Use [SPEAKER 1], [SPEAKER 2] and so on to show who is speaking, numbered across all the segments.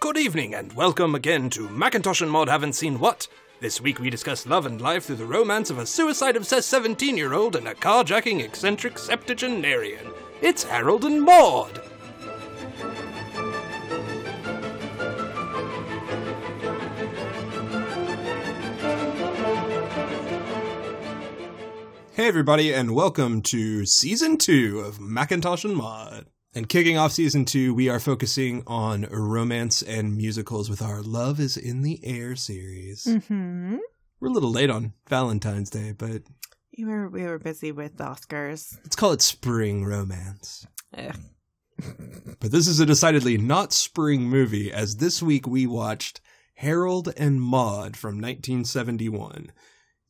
[SPEAKER 1] Good evening, and welcome again to Macintosh and Mod Haven't Seen What. This week we discuss love and life through the romance of a suicide obsessed 17 year old and a carjacking eccentric septuagenarian. It's Harold and Maud!
[SPEAKER 2] Hey, everybody, and welcome to season two of Macintosh and Mod. And kicking off season two, we are focusing on romance and musicals with our Love is in the Air series.
[SPEAKER 3] Mm-hmm.
[SPEAKER 2] We're a little late on Valentine's Day, but
[SPEAKER 3] We were we were busy with Oscars.
[SPEAKER 2] let's call it spring romance.
[SPEAKER 3] Ugh.
[SPEAKER 2] But this is a decidedly not spring movie, as this week we watched Harold and Maude from 1971.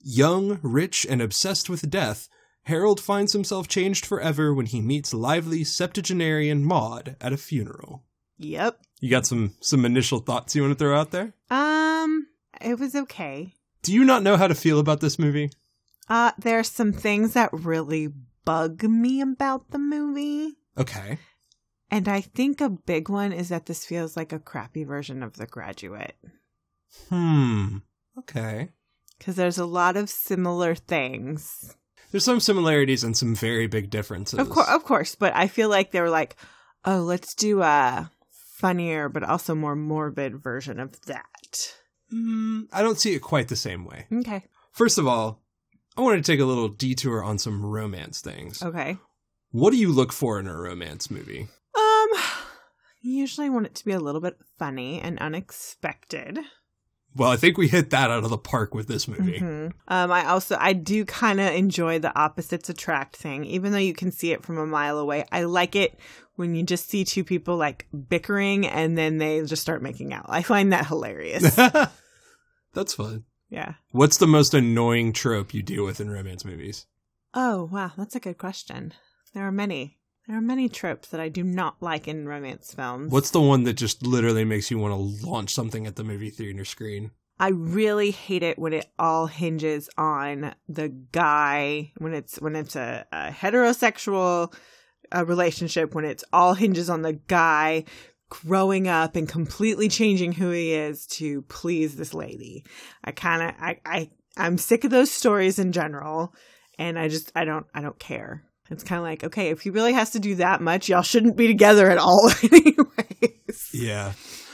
[SPEAKER 2] Young, rich, and obsessed with death, Harold finds himself changed forever when he meets lively septuagenarian Maude at a funeral.
[SPEAKER 3] Yep.
[SPEAKER 2] You got some some initial thoughts you want to throw out there?
[SPEAKER 3] Um, it was okay.
[SPEAKER 2] Do you not know how to feel about this movie?
[SPEAKER 3] Uh, there's some things that really bug me about the movie,
[SPEAKER 2] Okay.
[SPEAKER 3] and I think a big one is that this feels like a crappy version of The Graduate
[SPEAKER 2] Hmm. Okay.
[SPEAKER 3] because there's a lot of similar things.
[SPEAKER 2] There's some similarities and some very big differences.
[SPEAKER 3] Of course, of course, but I feel like they were like, oh, let's do a funnier but also more morbid version of that.
[SPEAKER 2] Mm, I don't see it quite the same way.
[SPEAKER 3] Okay.
[SPEAKER 2] First of all, I wanted to take a little detour on some romance things.
[SPEAKER 3] Okay.
[SPEAKER 2] What do you look for in a romance movie?
[SPEAKER 3] Um, usually I want it to be a little bit funny and unexpected.
[SPEAKER 2] Well, I think we hit that out of the park with this movie.
[SPEAKER 3] Mhm. Um, I also I do kind of enjoy the opposites attract thing, even though you can see it from a mile away. I like it when you just see two people like bickering and then they just start making out. I find that hilarious.
[SPEAKER 2] That's fun.
[SPEAKER 3] yeah.
[SPEAKER 2] What's the most annoying trope you deal with in romance movies?
[SPEAKER 3] Oh wow, that's a good question. There are many. There are many tropes that I do not like in romance films.
[SPEAKER 2] What's the one that just literally makes you want to launch something at the movie theater screen?
[SPEAKER 3] I really hate it when it all hinges on the guy when it's when it's a, a heterosexual uh, relationship when it's all hinges on the guy growing up and completely changing who he is to please this lady. I kind of I, I I'm sick of those stories in general, and I just I don't I don't care. It's kind of like okay, if he really has to do that much, y'all shouldn't be together at all, anyways.
[SPEAKER 2] Yeah.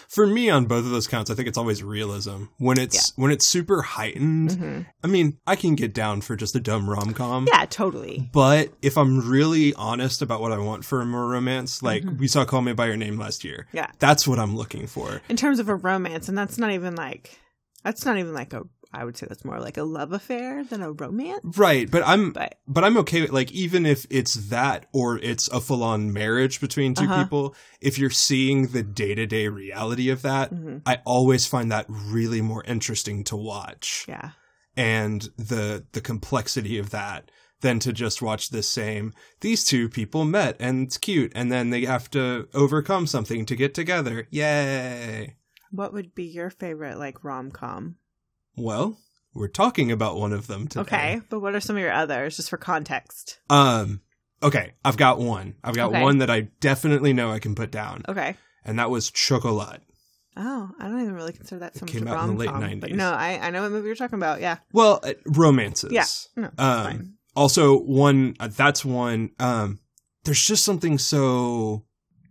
[SPEAKER 2] For me on both of those counts, I think it's always realism. When it's when it's super heightened,
[SPEAKER 3] Mhm.
[SPEAKER 2] I mean, I can get down for just a dumb rom-com.
[SPEAKER 3] Yeah, totally.
[SPEAKER 2] But if I'm really honest about what I want from a romance, like we saw Call Me by Your Name last year.
[SPEAKER 3] Mm-hmm. Yeah.
[SPEAKER 2] That's what I'm looking for.
[SPEAKER 3] in terms of a romance and that's not even like that's not even like a i would say that's more like a love affair than a romance
[SPEAKER 2] Right, but I'm
[SPEAKER 3] but
[SPEAKER 2] but I'm okay with like even if it's that or it's a full-on marriage between 2
[SPEAKER 3] Uh-huh.
[SPEAKER 2] people, if you're seeing the day-to-day reality of that,
[SPEAKER 3] mhm,
[SPEAKER 2] I always find that really more interesting to watch.
[SPEAKER 3] yeah
[SPEAKER 2] and the the complexity of that than to just watch this same these two people met and it's cute and then they have to overcome something to get together yay
[SPEAKER 3] what would be your favorite like rom-com
[SPEAKER 2] well we're talking about one of them today
[SPEAKER 3] okay but what are some of your others just for context
[SPEAKER 2] um okay i've got one i've got
[SPEAKER 3] Okay.
[SPEAKER 2] one that i definitely know i can put down
[SPEAKER 3] okay
[SPEAKER 2] and that was chocolat
[SPEAKER 3] oh i don't even really consider that so
[SPEAKER 2] It
[SPEAKER 3] much
[SPEAKER 2] came
[SPEAKER 3] a
[SPEAKER 2] out in the late
[SPEAKER 3] rom-com but
[SPEAKER 2] 90s.
[SPEAKER 3] no I, I know what movie you're talking about yeah
[SPEAKER 2] well uh, romances
[SPEAKER 3] Yeah. no it's
[SPEAKER 2] Um,
[SPEAKER 3] fine.
[SPEAKER 2] also one uh, that's one um there's just something so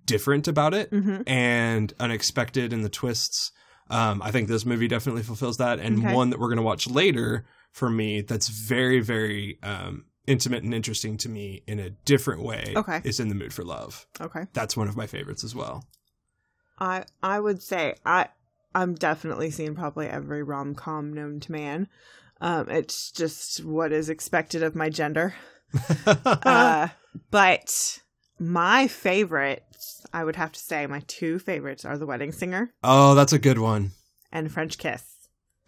[SPEAKER 2] different about it
[SPEAKER 3] Mhm.
[SPEAKER 2] and unexpected and the twists. Um, I think this movie definitely fulfills that, and
[SPEAKER 3] Okay.
[SPEAKER 2] one that we're going to watch later for me that's very, very um, intimate and interesting to me in a different way.
[SPEAKER 3] Okay.
[SPEAKER 2] is in the mood for love.
[SPEAKER 3] okay
[SPEAKER 2] That's one of my favorites as well.
[SPEAKER 3] I I would say I I'm definitely seen probably every rom com known to man. Um, it's just what is expected of my gender. Uh, but my favorites, I would have to say, my two favorites are The Wedding Singer
[SPEAKER 2] oh, that's a good one.
[SPEAKER 3] and French Kiss.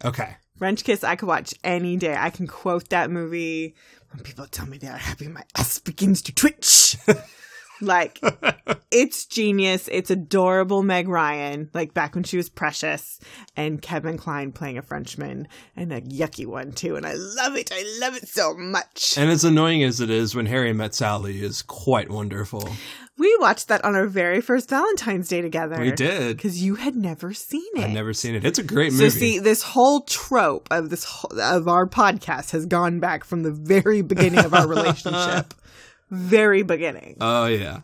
[SPEAKER 2] Okay,
[SPEAKER 3] French Kiss, I could watch any day. I can quote that movie. When people tell me they are happy, my ass begins to twitch. like, it's genius. It's adorable Meg Ryan, like back when she was precious, and Kevin Klein playing a Frenchman and a yucky one, too. And I love it. I love it so much.
[SPEAKER 2] and as annoying as it is, when Harry met Sally is quite wonderful.
[SPEAKER 3] we watched that on our very first Valentine's Day together.
[SPEAKER 2] We did.
[SPEAKER 3] Because you had never seen it.
[SPEAKER 2] I've never seen it. It's a great
[SPEAKER 3] So
[SPEAKER 2] movie.
[SPEAKER 3] see, this whole trope of this whole, of our podcast has gone back from the very beginning of our relationship. very beginning.
[SPEAKER 2] oh yeah.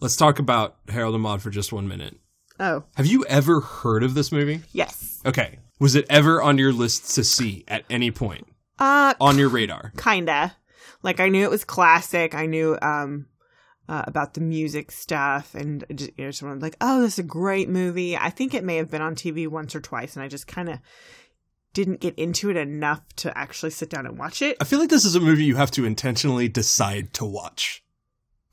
[SPEAKER 2] Let's talk about Harold and Maude for just one minute.
[SPEAKER 3] oh,
[SPEAKER 2] Have you ever heard of this movie?
[SPEAKER 3] yes.
[SPEAKER 2] Okay. Was it ever on your list to see at any point
[SPEAKER 3] Uh
[SPEAKER 2] on your radar?
[SPEAKER 3] kinda. Like I knew it was classic. I knew um uh, about the music stuff and just, you know, someone like, "Oh, this is a great movie." I think it may have been on TV once or twice and I just kind of didn't get into it enough to actually sit down and watch it.
[SPEAKER 2] I feel like this is a movie you have to intentionally decide to watch.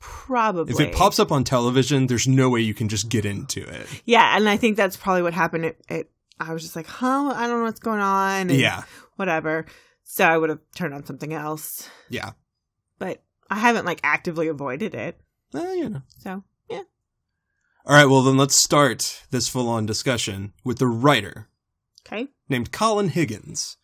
[SPEAKER 3] Probably.
[SPEAKER 2] If it pops up on television, there's no way you can just get into it.
[SPEAKER 3] Yeah, and I think that's probably what happened. It, it I was just like, huh, I don't know what's going on. and
[SPEAKER 2] Yeah.
[SPEAKER 3] whatever. So I would have turned on something else,
[SPEAKER 2] Yeah.
[SPEAKER 3] but I haven't like actively avoided it.
[SPEAKER 2] Well, Uh, you know.
[SPEAKER 3] So yeah,
[SPEAKER 2] All right, well then let's start this full-on discussion with the writer
[SPEAKER 3] okay.
[SPEAKER 2] named Colin Higgins.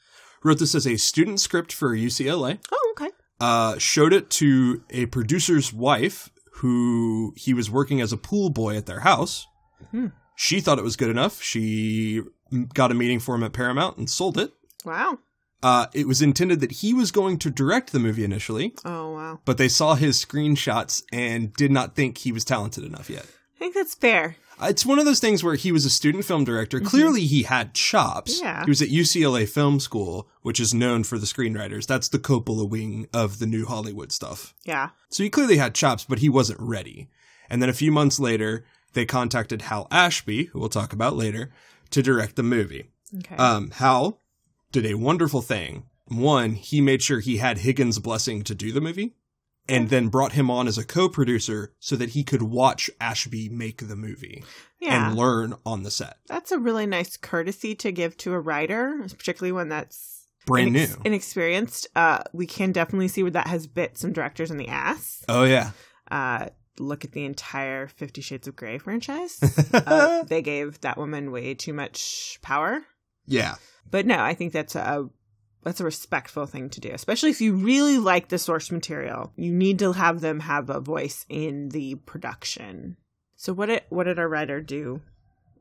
[SPEAKER 2] Wrote this as a student script for UCLA.
[SPEAKER 3] Oh, okay.
[SPEAKER 2] uh, showed it to a producer's wife who he was working as a pool boy at their house.
[SPEAKER 3] Hmm.
[SPEAKER 2] She thought it was good enough. She m- got a meeting for him at Paramount and sold it.
[SPEAKER 3] Wow.
[SPEAKER 2] Uh, it was intended that he was going to direct the movie initially,
[SPEAKER 3] Oh, wow.
[SPEAKER 2] but they saw his screenshots and did not think he was talented enough yet. Uh,
[SPEAKER 3] I think that's fair.
[SPEAKER 2] It's one of those things where he was a student film director. Clearly, he had chops.
[SPEAKER 3] Mm-hmm. Yeah.
[SPEAKER 2] He was at UCLA Film School, which is known for the screenwriters. That's the Coppola wing of the new Hollywood stuff.
[SPEAKER 3] Yeah.
[SPEAKER 2] So he clearly had chops, but he wasn't ready. And then a few months later, they contacted Hal Ashby, who we'll talk about later, to direct the movie.
[SPEAKER 3] Okay.
[SPEAKER 2] Um, Hal did a wonderful thing. One, he made sure he had Higgins' blessing to do the movie, and then brought him on as a co producer so that he could watch Ashby make the movie
[SPEAKER 3] yeah.
[SPEAKER 2] and learn on the set.
[SPEAKER 3] that's a really nice courtesy to give to a writer, particularly when that's
[SPEAKER 2] Brand
[SPEAKER 3] inex-
[SPEAKER 2] new.
[SPEAKER 3] inexperienced. Uh, we can definitely see where that has bit some directors in the ass.
[SPEAKER 2] oh, yeah.
[SPEAKER 3] uh, look at the entire Fifty Shades of Grey franchise. uh, they gave that woman way too much power.
[SPEAKER 2] yeah.
[SPEAKER 3] But no, I think that's a that's a respectful thing to do, especially if you really like the source material. You need to have them have a voice in the production. So what did what did our writer do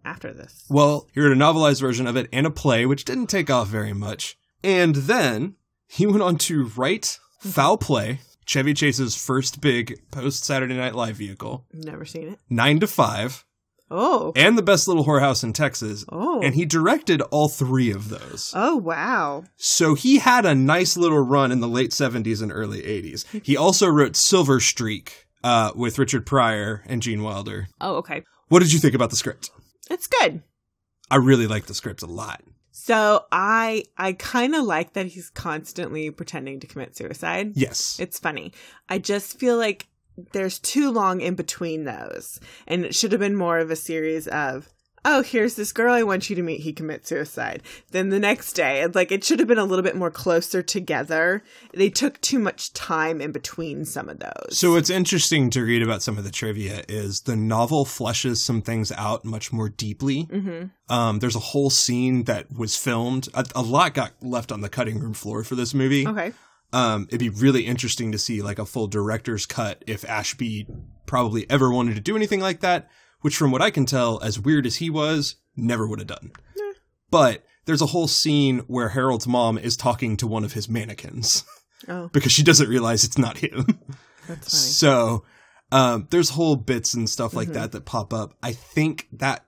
[SPEAKER 3] after this?
[SPEAKER 2] Well, he wrote a novelized version of it and a play, which didn't take off very much. And then he went on to write Foul Play, Chevy Chase's first big post Saturday Night Live vehicle,
[SPEAKER 3] Never seen it.
[SPEAKER 2] Nine to Five,
[SPEAKER 3] Oh,
[SPEAKER 2] and The Best Little Whorehouse in Texas.
[SPEAKER 3] oh,
[SPEAKER 2] And he directed all three of those.
[SPEAKER 3] oh, wow.
[SPEAKER 2] So he had a nice little run in the late 70s and early 80s. He also wrote Silver Streak uh, with Richard Pryor and Gene Wilder.
[SPEAKER 3] Oh, okay.
[SPEAKER 2] What did you think about the script?
[SPEAKER 3] It's good.
[SPEAKER 2] I really liked the script a lot.
[SPEAKER 3] So I I kind of like that he's constantly pretending to commit suicide.
[SPEAKER 2] Yes.
[SPEAKER 3] It's funny. I just feel like there's too long in between those. And it should have been more of a series of, oh, here's this girl I want you to meet. He commits suicide. Then the next day, it's like it should have been a little bit more closer together. They took too much time in between some of those.
[SPEAKER 2] So what's interesting to read about some of the trivia is the novel fleshes some things out much more deeply.
[SPEAKER 3] Mm-hmm.
[SPEAKER 2] Um, there's a whole scene that was filmed. A, a lot got left on the cutting room floor for this movie.
[SPEAKER 3] Okay.
[SPEAKER 2] Um, it'd be really interesting to see like a full director's cut if Ashby probably ever wanted to do anything like that, which from what I can tell, as weird as he was, never would have done. But there's a whole scene where Harold's mom is talking to one of his mannequins
[SPEAKER 3] Oh,
[SPEAKER 2] because she doesn't realize it's not him.
[SPEAKER 3] that's
[SPEAKER 2] So um, there's whole bits and stuff like
[SPEAKER 3] Mhm.
[SPEAKER 2] that that pop up. I think that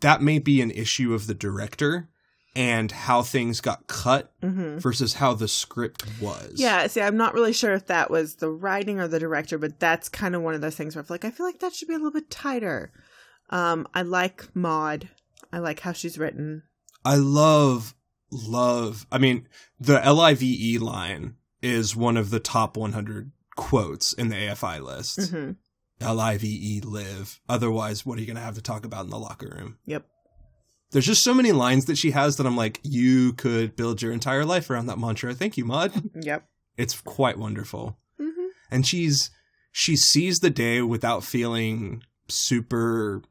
[SPEAKER 2] that may be an issue of the director and how things got cut
[SPEAKER 3] funny. Mm-hmm.
[SPEAKER 2] versus how the script was.
[SPEAKER 3] Yeah, see, I'm not really sure if that was the writing or the director, but that's kind of one of those things where I'm like, I feel like that should be a little bit tighter. Um, I like Maud. I like how she's written.
[SPEAKER 2] I love love. I mean, the L I V E line is one of the top 100 quotes in the AFI list.
[SPEAKER 3] hmm
[SPEAKER 2] L I V E live. Otherwise, what are you going to have to talk about in the locker room?
[SPEAKER 3] Yep.
[SPEAKER 2] There's just so many lines that she has that I'm like, you could build your entire life around that mantra. Thank you, Maud.
[SPEAKER 3] Yep.
[SPEAKER 2] It's quite wonderful.
[SPEAKER 3] hmm
[SPEAKER 2] And she's she sees the day without feeling super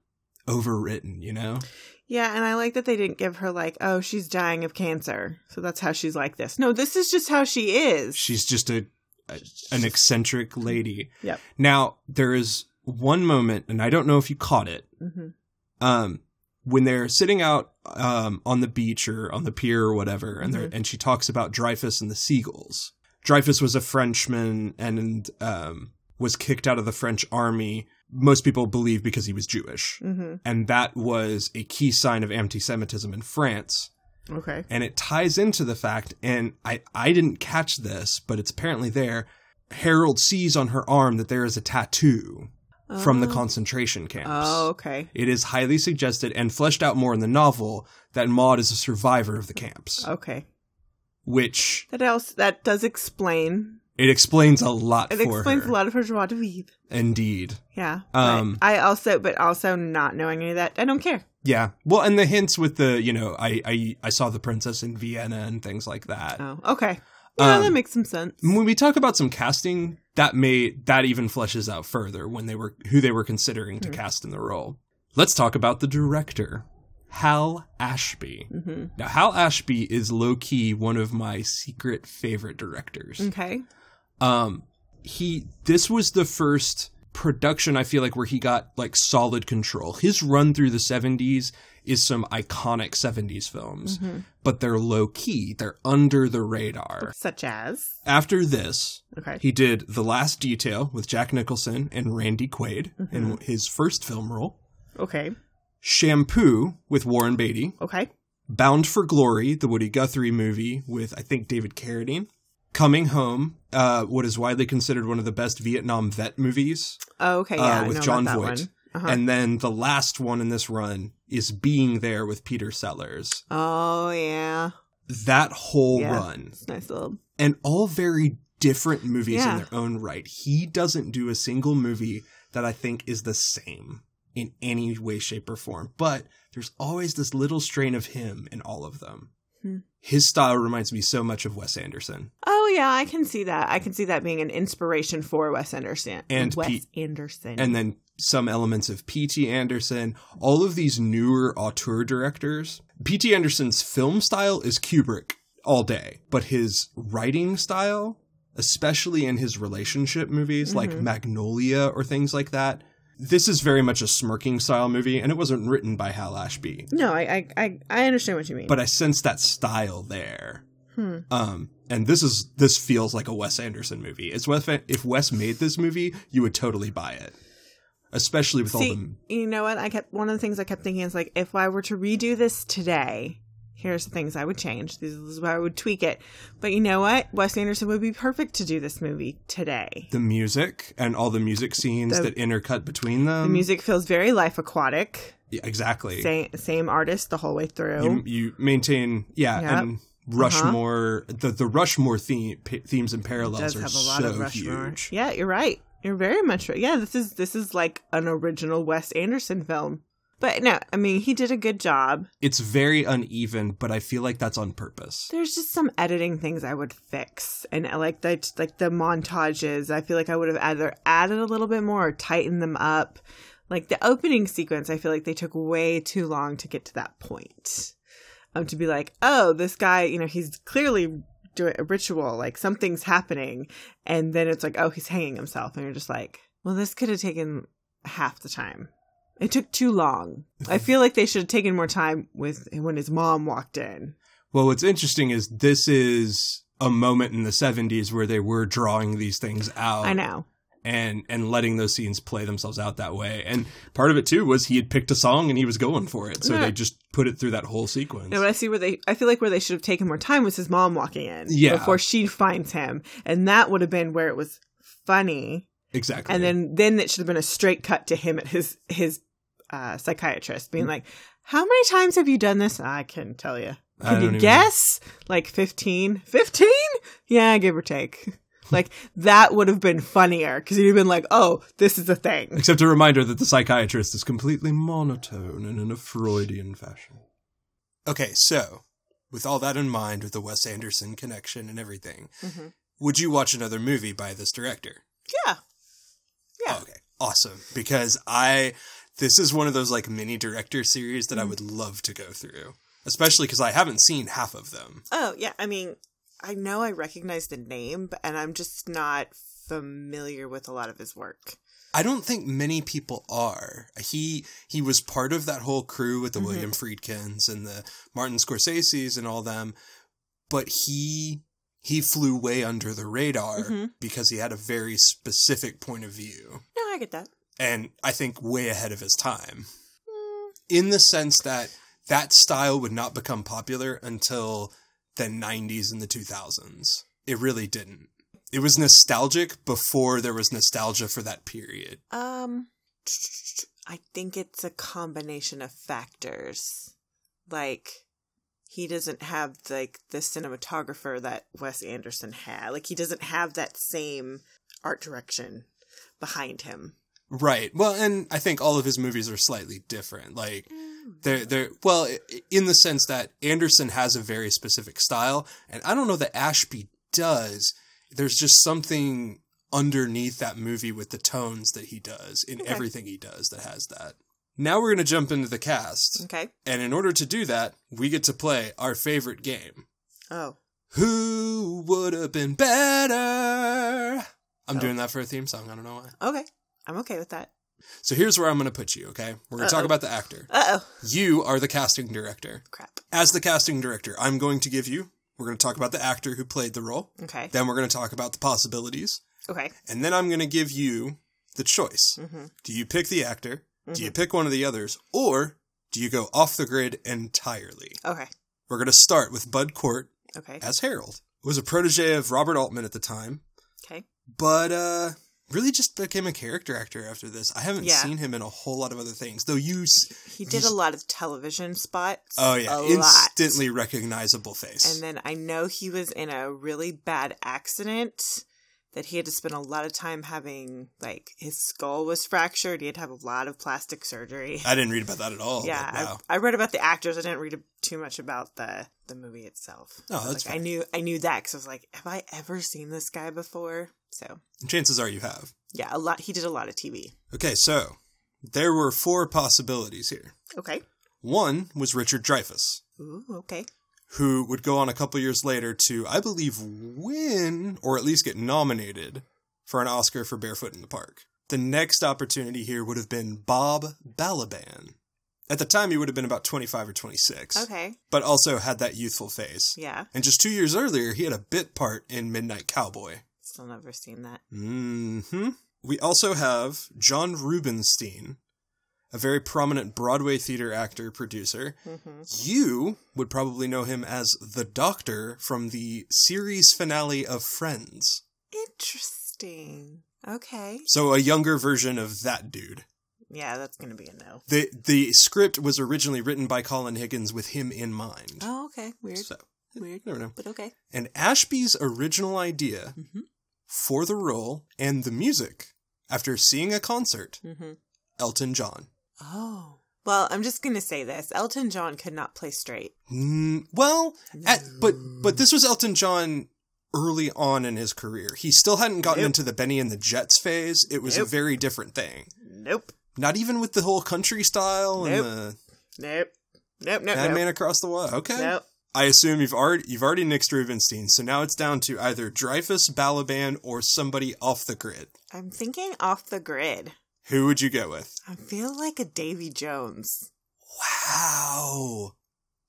[SPEAKER 2] overwritten, you know?
[SPEAKER 3] Yeah, and I like that they didn't give her like, oh, she's dying of cancer, so that's how she's like this. No, this is just how she is.
[SPEAKER 2] She's just a, a an eccentric lady.
[SPEAKER 3] Yep.
[SPEAKER 2] Now, there is one moment, and I don't know if you caught it,
[SPEAKER 3] hmm
[SPEAKER 2] um, when they're sitting out um, on the beach or on the pier or whatever, and
[SPEAKER 3] Mm-hmm.
[SPEAKER 2] they're, and she talks about Dreyfus and the seagulls. Dreyfus was a Frenchman and um, was kicked out of the French army. Most people believe because he was Jewish,
[SPEAKER 3] hmm
[SPEAKER 2] and that was a key sign of anti-Semitism in France
[SPEAKER 3] Okay.
[SPEAKER 2] and it ties into the fact and I I didn't catch this but it's apparently there Harold sees on her arm that there is a tattoo from the
[SPEAKER 3] Oh.
[SPEAKER 2] concentration camps.
[SPEAKER 3] Oh, okay.
[SPEAKER 2] It is highly suggested and fleshed out more in the novel that Maud is a survivor of the camps,
[SPEAKER 3] Okay.
[SPEAKER 2] which
[SPEAKER 3] That else that does explain.
[SPEAKER 2] it explains a lot
[SPEAKER 3] It
[SPEAKER 2] for
[SPEAKER 3] explains
[SPEAKER 2] her.
[SPEAKER 3] a lot of her joie de vivre.
[SPEAKER 2] Indeed.
[SPEAKER 3] Yeah.
[SPEAKER 2] Um,
[SPEAKER 3] Um. I also, but also not knowing any of that, I don't care.
[SPEAKER 2] Yeah. Well, and the hints with the, you know, I I, I saw the princess in Vienna and things like that.
[SPEAKER 3] Oh, okay. Yeah,
[SPEAKER 2] Um,
[SPEAKER 3] that makes some sense.
[SPEAKER 2] when we talk about some casting that may that even fleshes out further when they were who they were considering
[SPEAKER 3] Hmm.
[SPEAKER 2] to cast in the role let's talk about the director hal ashby
[SPEAKER 3] hmm
[SPEAKER 2] now hal ashby is low-key one of my secret favorite directors
[SPEAKER 3] Okay.
[SPEAKER 2] um he this was the first production i feel like where he got like solid control his run through the 70s is some iconic 70s films but they're low-key they're under the radar
[SPEAKER 3] Such as.
[SPEAKER 2] after this
[SPEAKER 3] Okay.
[SPEAKER 2] he did The Last Detail with Jack Nicholson and Randy Quaid in his first film role,
[SPEAKER 3] okay.
[SPEAKER 2] Shampoo with Warren Beatty,
[SPEAKER 3] Okay.
[SPEAKER 2] Bound for Glory, the Woody Guthrie movie with, I think, David Carradine, Coming Home, uh, what is widely considered one of the best Vietnam vet movies,
[SPEAKER 3] Oh, okay.
[SPEAKER 2] uh,
[SPEAKER 3] Yeah. I
[SPEAKER 2] with
[SPEAKER 3] know
[SPEAKER 2] John
[SPEAKER 3] about that
[SPEAKER 2] Voight.
[SPEAKER 3] one. Uh-huh.
[SPEAKER 2] and then the last one in this run is Being There with Peter Sellers.
[SPEAKER 3] oh, yeah.
[SPEAKER 2] That whole
[SPEAKER 3] Yeah.
[SPEAKER 2] run,
[SPEAKER 3] It's a nice little.
[SPEAKER 2] and all very different movies
[SPEAKER 3] Yeah.
[SPEAKER 2] in their own right. He doesn't do a single movie that I think is the same in any way, shape, or form, but there's always this little strain of him in all of them.
[SPEAKER 3] Hmm.
[SPEAKER 2] His style reminds me so much of Wes Anderson.
[SPEAKER 3] Oh yeah, I can see that. I can see that being an inspiration for Wes Anderson.
[SPEAKER 2] And
[SPEAKER 3] Wes
[SPEAKER 2] Pete-
[SPEAKER 3] Anderson.
[SPEAKER 2] And then some elements of P.T. Anderson, all of these newer auteur directors. P.T. Anderson's film style is Kubrick all day, but his writing style, especially in his relationship movies like
[SPEAKER 3] Mhm.
[SPEAKER 2] Magnolia or things like that, this is very much a smirking style movie, and it wasn't written by Hal Ashby,
[SPEAKER 3] no, I, I I I understand what you mean.
[SPEAKER 2] but I sense that style there.
[SPEAKER 3] Hmm.
[SPEAKER 2] Um, and this is this feels like a Wes Anderson movie. It's Wes, if Wes made this movie, you would totally buy it, especially with all
[SPEAKER 3] See,
[SPEAKER 2] the
[SPEAKER 3] you know what? I kept one of the things I kept thinking is like, if I were to redo this today, here's the things I would change. This is where I would tweak it. But you know what? Wes Anderson would be perfect to do this movie today.
[SPEAKER 2] the music and all the music scenes
[SPEAKER 3] The-
[SPEAKER 2] that intercut between them.
[SPEAKER 3] The music feels very life aquatic.
[SPEAKER 2] Um, Yeah, exactly.
[SPEAKER 3] Same same artist the whole way through.
[SPEAKER 2] You, you maintain, yeah,
[SPEAKER 3] Yep. Uh-huh.
[SPEAKER 2] and Rushmore. The the Rushmore theme p- themes and parallels
[SPEAKER 3] does
[SPEAKER 2] are
[SPEAKER 3] have a lot
[SPEAKER 2] so
[SPEAKER 3] of Rushmore.
[SPEAKER 2] huge.
[SPEAKER 3] Yeah, you're right. You're very much right. Yeah, this is this is like an original Wes Anderson film. But no, I mean he did a good job.
[SPEAKER 2] It's very uneven, but I feel like that's on purpose.
[SPEAKER 3] There's just some editing things I would fix, and I like the like the montages. I feel like I would have either added a little bit more or tightened them up. Like the opening sequence, I feel like they took way too long to get to that point. Um, to be like, oh, this guy, you know, he's clearly doing a ritual, like something's happening, and then it's like, oh, he's hanging himself, and you're just like, well, this could have taken half the time. It took too long. I feel like they should have taken more time with when his mom walked in.
[SPEAKER 2] Well, what's interesting is this is a moment in the 70s where they were drawing these things out
[SPEAKER 3] I know.
[SPEAKER 2] and and letting those scenes play themselves out that way. And part of it too was he had picked a song and he was going for it. So
[SPEAKER 3] Yeah.
[SPEAKER 2] they just put it through that whole sequence.
[SPEAKER 3] No, but I see where they. I feel like where they should have taken more time was his mom walking in,
[SPEAKER 2] Yeah.
[SPEAKER 3] before she finds him, and that would have been where it was funny.
[SPEAKER 2] exactly.
[SPEAKER 3] And then, then it should have been a straight cut to him at his his uh, psychiatrist,
[SPEAKER 2] Mm.
[SPEAKER 3] being like, "How many times have you done this?" I can tell you.
[SPEAKER 2] I
[SPEAKER 3] Can
[SPEAKER 2] don't
[SPEAKER 3] you
[SPEAKER 2] even-
[SPEAKER 3] guess? Like 15? 15? Yeah, give or take. Like that would have been funnier because he'd have been like, "Oh, this is a thing."
[SPEAKER 2] Except a reminder that the psychiatrist is completely monotone and in a Freudian fashion. Okay, so with all that in mind, with the Wes Anderson connection and everything,
[SPEAKER 3] Mhm.
[SPEAKER 2] would you watch another movie by this director?
[SPEAKER 3] Yeah. Yeah.
[SPEAKER 2] Okay, awesome. Because I, this is one of those like mini director series that I
[SPEAKER 3] Mm-hmm.
[SPEAKER 2] would love to go through, especially because I haven't seen half of them.
[SPEAKER 3] Oh yeah, I mean, I know I recognize the name, but, and I'm just not familiar with a lot of his work.
[SPEAKER 2] I don't think many people are. He he was part of that whole crew with the
[SPEAKER 3] Mhm.
[SPEAKER 2] William Friedkins and the Martin Scorsese's and all them, but he he flew way under the radar
[SPEAKER 3] Mhm.
[SPEAKER 2] because he had a very specific point of view
[SPEAKER 3] No, I get that.
[SPEAKER 2] and I think way ahead of his time
[SPEAKER 3] Mm,
[SPEAKER 2] in the sense that that style would not become popular until the 90s and the 2000s. It really didn't. It was nostalgic before there was nostalgia for that period.
[SPEAKER 3] Um, I think it's a combination of factors. Like, he doesn't have like the cinematographer that Wes Anderson had. Like, he doesn't have that same art direction behind him.
[SPEAKER 2] Right. Well, and I think all of his movies are slightly different. Like
[SPEAKER 3] Mm.
[SPEAKER 2] they're they're well i- in the sense that Anderson has a very specific style, and I don't know that Ashby does. There's just something underneath that movie with the tones that he does in
[SPEAKER 3] Okay.
[SPEAKER 2] everything he does that has that. Now we're going to jump into the cast,
[SPEAKER 3] Okay.
[SPEAKER 2] and in order to do that, we get to play our favorite game.
[SPEAKER 3] Oh,
[SPEAKER 2] Who would have been better? I'm
[SPEAKER 3] Oh.
[SPEAKER 2] doing that for a theme song. I don't know why.
[SPEAKER 3] okay. I'm okay with that.
[SPEAKER 2] So here's where I'm going to put you, okay? We're going to talk
[SPEAKER 3] Uh-oh.
[SPEAKER 2] about the actor.
[SPEAKER 3] Uh oh.
[SPEAKER 2] You are the casting director.
[SPEAKER 3] Crap.
[SPEAKER 2] As the casting director, I'm going to give you, we're going to talk about the actor who played the role.
[SPEAKER 3] Okay.
[SPEAKER 2] Then we're going to talk about the possibilities.
[SPEAKER 3] Okay.
[SPEAKER 2] And then I'm going to give you the choice.
[SPEAKER 3] Mm-hmm.
[SPEAKER 2] Do you pick the actor? Do you pick one of the others? Or do you go off the grid entirely?
[SPEAKER 3] Okay.
[SPEAKER 2] We're going to start with Bud Cort
[SPEAKER 3] Okay.
[SPEAKER 2] as Harold, who was a protege of Robert Altman at the time,
[SPEAKER 3] Okay.
[SPEAKER 2] but uh, really just became a character actor after this. I haven't
[SPEAKER 3] Yeah.
[SPEAKER 2] seen him in a whole lot of other things, though you. s-
[SPEAKER 3] He did a lot of television spots.
[SPEAKER 2] Oh yeah,
[SPEAKER 3] a
[SPEAKER 2] instantly recognizable face.
[SPEAKER 3] And then I know he was in a really bad accident that he had to spend a lot of time having like his skull was fractured. He had to have a lot of plastic surgery.
[SPEAKER 2] I didn't read about that at all.
[SPEAKER 3] yeah,
[SPEAKER 2] but Oh, wow.
[SPEAKER 3] I, I read about the actors. I didn't read too much about the the movie itself.
[SPEAKER 2] No,
[SPEAKER 3] I was
[SPEAKER 2] Oh, that's
[SPEAKER 3] like, I
[SPEAKER 2] fine.
[SPEAKER 3] knew I knew that because I was like, have I ever seen this guy before? So
[SPEAKER 2] Chances are you have.
[SPEAKER 3] yeah, a lot. He did a lot of TV.
[SPEAKER 2] Okay, so there were four possibilities here.
[SPEAKER 3] Okay.
[SPEAKER 2] One was Richard Dreyfuss,
[SPEAKER 3] Ooh. Okay.
[SPEAKER 2] who would go on a couple years later to, I believe, win or at least get nominated for an Oscar for Barefoot in the Park. The next opportunity here would have been Bob Balaban. At the time, he would have been about 25 or 26,
[SPEAKER 3] Okay.
[SPEAKER 2] but also had that youthful face.
[SPEAKER 3] Yeah.
[SPEAKER 2] And just two years earlier, he had a bit part in Midnight Cowboy.
[SPEAKER 3] Still never seen that. Mm-hmm.
[SPEAKER 2] hmm We also have John Rubinstein, a very prominent Broadway theater actor producer.
[SPEAKER 3] hmm
[SPEAKER 2] You would probably know him as the Doctor from the series finale of Friends.
[SPEAKER 3] Interesting. Okay.
[SPEAKER 2] So a younger version of that dude.
[SPEAKER 3] Yeah, that's gonna be a no.
[SPEAKER 2] The the script was originally written by Colin Higgins with him in mind.
[SPEAKER 3] Oh, okay. Weird.
[SPEAKER 2] So eh,
[SPEAKER 3] Weird,
[SPEAKER 2] never know.
[SPEAKER 3] but okay.
[SPEAKER 2] And Ashby's original idea
[SPEAKER 3] Mhm.
[SPEAKER 2] for the role and the music after seeing a concert,
[SPEAKER 3] Mm-hmm.
[SPEAKER 2] Elton John.
[SPEAKER 3] Oh. Well, I'm just going to say this Elton John could not play straight.
[SPEAKER 2] Mm, well, at, but but this was Elton John early on in his career. He still hadn't gotten
[SPEAKER 3] Nope.
[SPEAKER 2] into the Benny and the Jets phase. It was
[SPEAKER 3] Nope.
[SPEAKER 2] a very different thing.
[SPEAKER 3] Nope.
[SPEAKER 2] Not even with the whole country style
[SPEAKER 3] Nope.
[SPEAKER 2] and
[SPEAKER 3] Nope. Nope.
[SPEAKER 2] the
[SPEAKER 3] Nope.
[SPEAKER 2] Madman
[SPEAKER 3] Nope.
[SPEAKER 2] Across the Water. Okay,
[SPEAKER 3] nope.
[SPEAKER 2] I assume you've already you've already nixed Rubenstein, so now it's down to either Dreyfus, Balaban, or somebody off the grid.
[SPEAKER 3] I'm thinking off the grid.
[SPEAKER 2] Who would you go with?
[SPEAKER 3] I feel like a Davy Jones
[SPEAKER 2] Wow,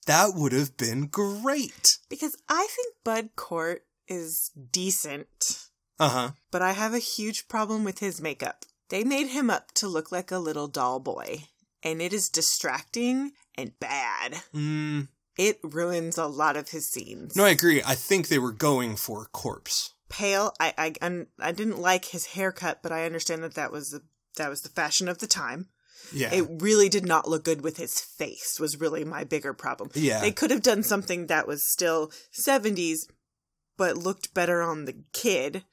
[SPEAKER 2] that would have been great.
[SPEAKER 3] because I think Bud Cort is decent,
[SPEAKER 2] Uh huh.
[SPEAKER 3] but I have a huge problem with his makeup. They made him up to look like a little doll boy, and it is distracting and bad.
[SPEAKER 2] Mm,
[SPEAKER 3] It ruins a lot of his scenes.
[SPEAKER 2] No, I agree. I think they were going for corpse.
[SPEAKER 3] pale. I I un- I didn't like his haircut, but I understand that that was the that was the fashion of the time.
[SPEAKER 2] Yeah.
[SPEAKER 3] It really did not look good with his face. Was really my bigger problem.
[SPEAKER 2] yeah.
[SPEAKER 3] They could have done something that was still 70s but looked better on the kid.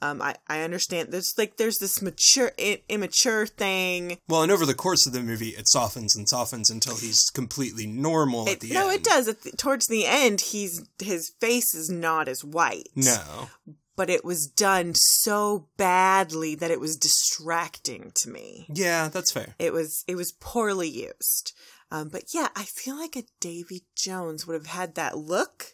[SPEAKER 3] Um I I understand there's like there's this mature i- immature thing.
[SPEAKER 2] well, and over the course of the movie, it softens and softens until he's completely normal at
[SPEAKER 3] It,
[SPEAKER 2] the
[SPEAKER 3] no,
[SPEAKER 2] end.
[SPEAKER 3] it does. At the, towards the end, he's his face is not as white.
[SPEAKER 2] No.
[SPEAKER 3] but it was done so badly that it was distracting to me.
[SPEAKER 2] Yeah, that's fair.
[SPEAKER 3] It was it was poorly used. Um, but yeah, I feel like a Davy Jones would have had that look,